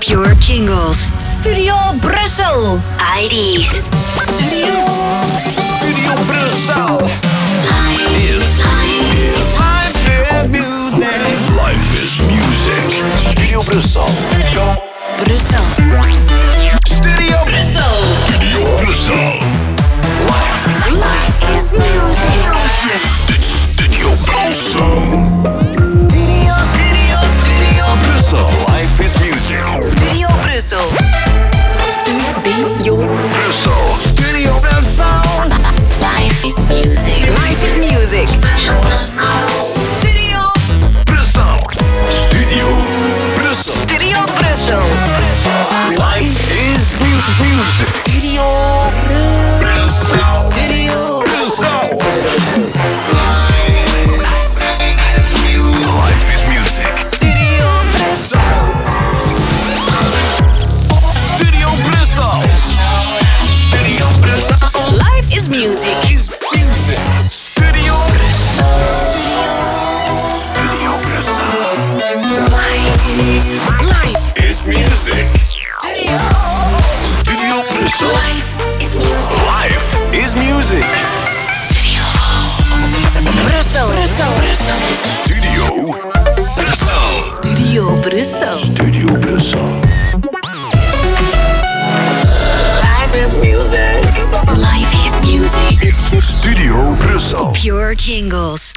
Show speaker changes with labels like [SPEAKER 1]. [SPEAKER 1] Pure jingles.
[SPEAKER 2] Studio Brussel.
[SPEAKER 1] IDs.
[SPEAKER 2] Studio.
[SPEAKER 3] Studio Brussel. Life is music. Studio Brussel. Studio
[SPEAKER 2] Brussel.
[SPEAKER 3] Studio Brussel. Studio Brussel.
[SPEAKER 1] Life is music.
[SPEAKER 3] Stu- Studio Brussel. Brussel. Life is music.
[SPEAKER 2] Studio Brussel. Studio.
[SPEAKER 3] Brussel. Studio Brussel.
[SPEAKER 2] Life is music. Life is music. Studio.
[SPEAKER 3] Brussel. Studio Brussel.
[SPEAKER 2] Studio Brussel.
[SPEAKER 3] Life is mu- music.
[SPEAKER 2] Studio.
[SPEAKER 3] Brussel.
[SPEAKER 2] Studio.
[SPEAKER 3] Brussel. Life is music.
[SPEAKER 2] Studio Brussel.
[SPEAKER 3] Studio Brussel. Studio Brussel
[SPEAKER 2] Life is music.
[SPEAKER 3] is music. Studio Brussel. Studio Brussel
[SPEAKER 2] Life
[SPEAKER 3] is music. Studio Brussel.
[SPEAKER 2] is music.
[SPEAKER 3] Life is music.
[SPEAKER 2] Brussel. Brussel. Brussel.
[SPEAKER 3] Studio Brussel.
[SPEAKER 2] Studio Brussel.
[SPEAKER 3] Studio Brussel.
[SPEAKER 2] Life is music.
[SPEAKER 3] Studio Brussel.
[SPEAKER 1] Pure jingles.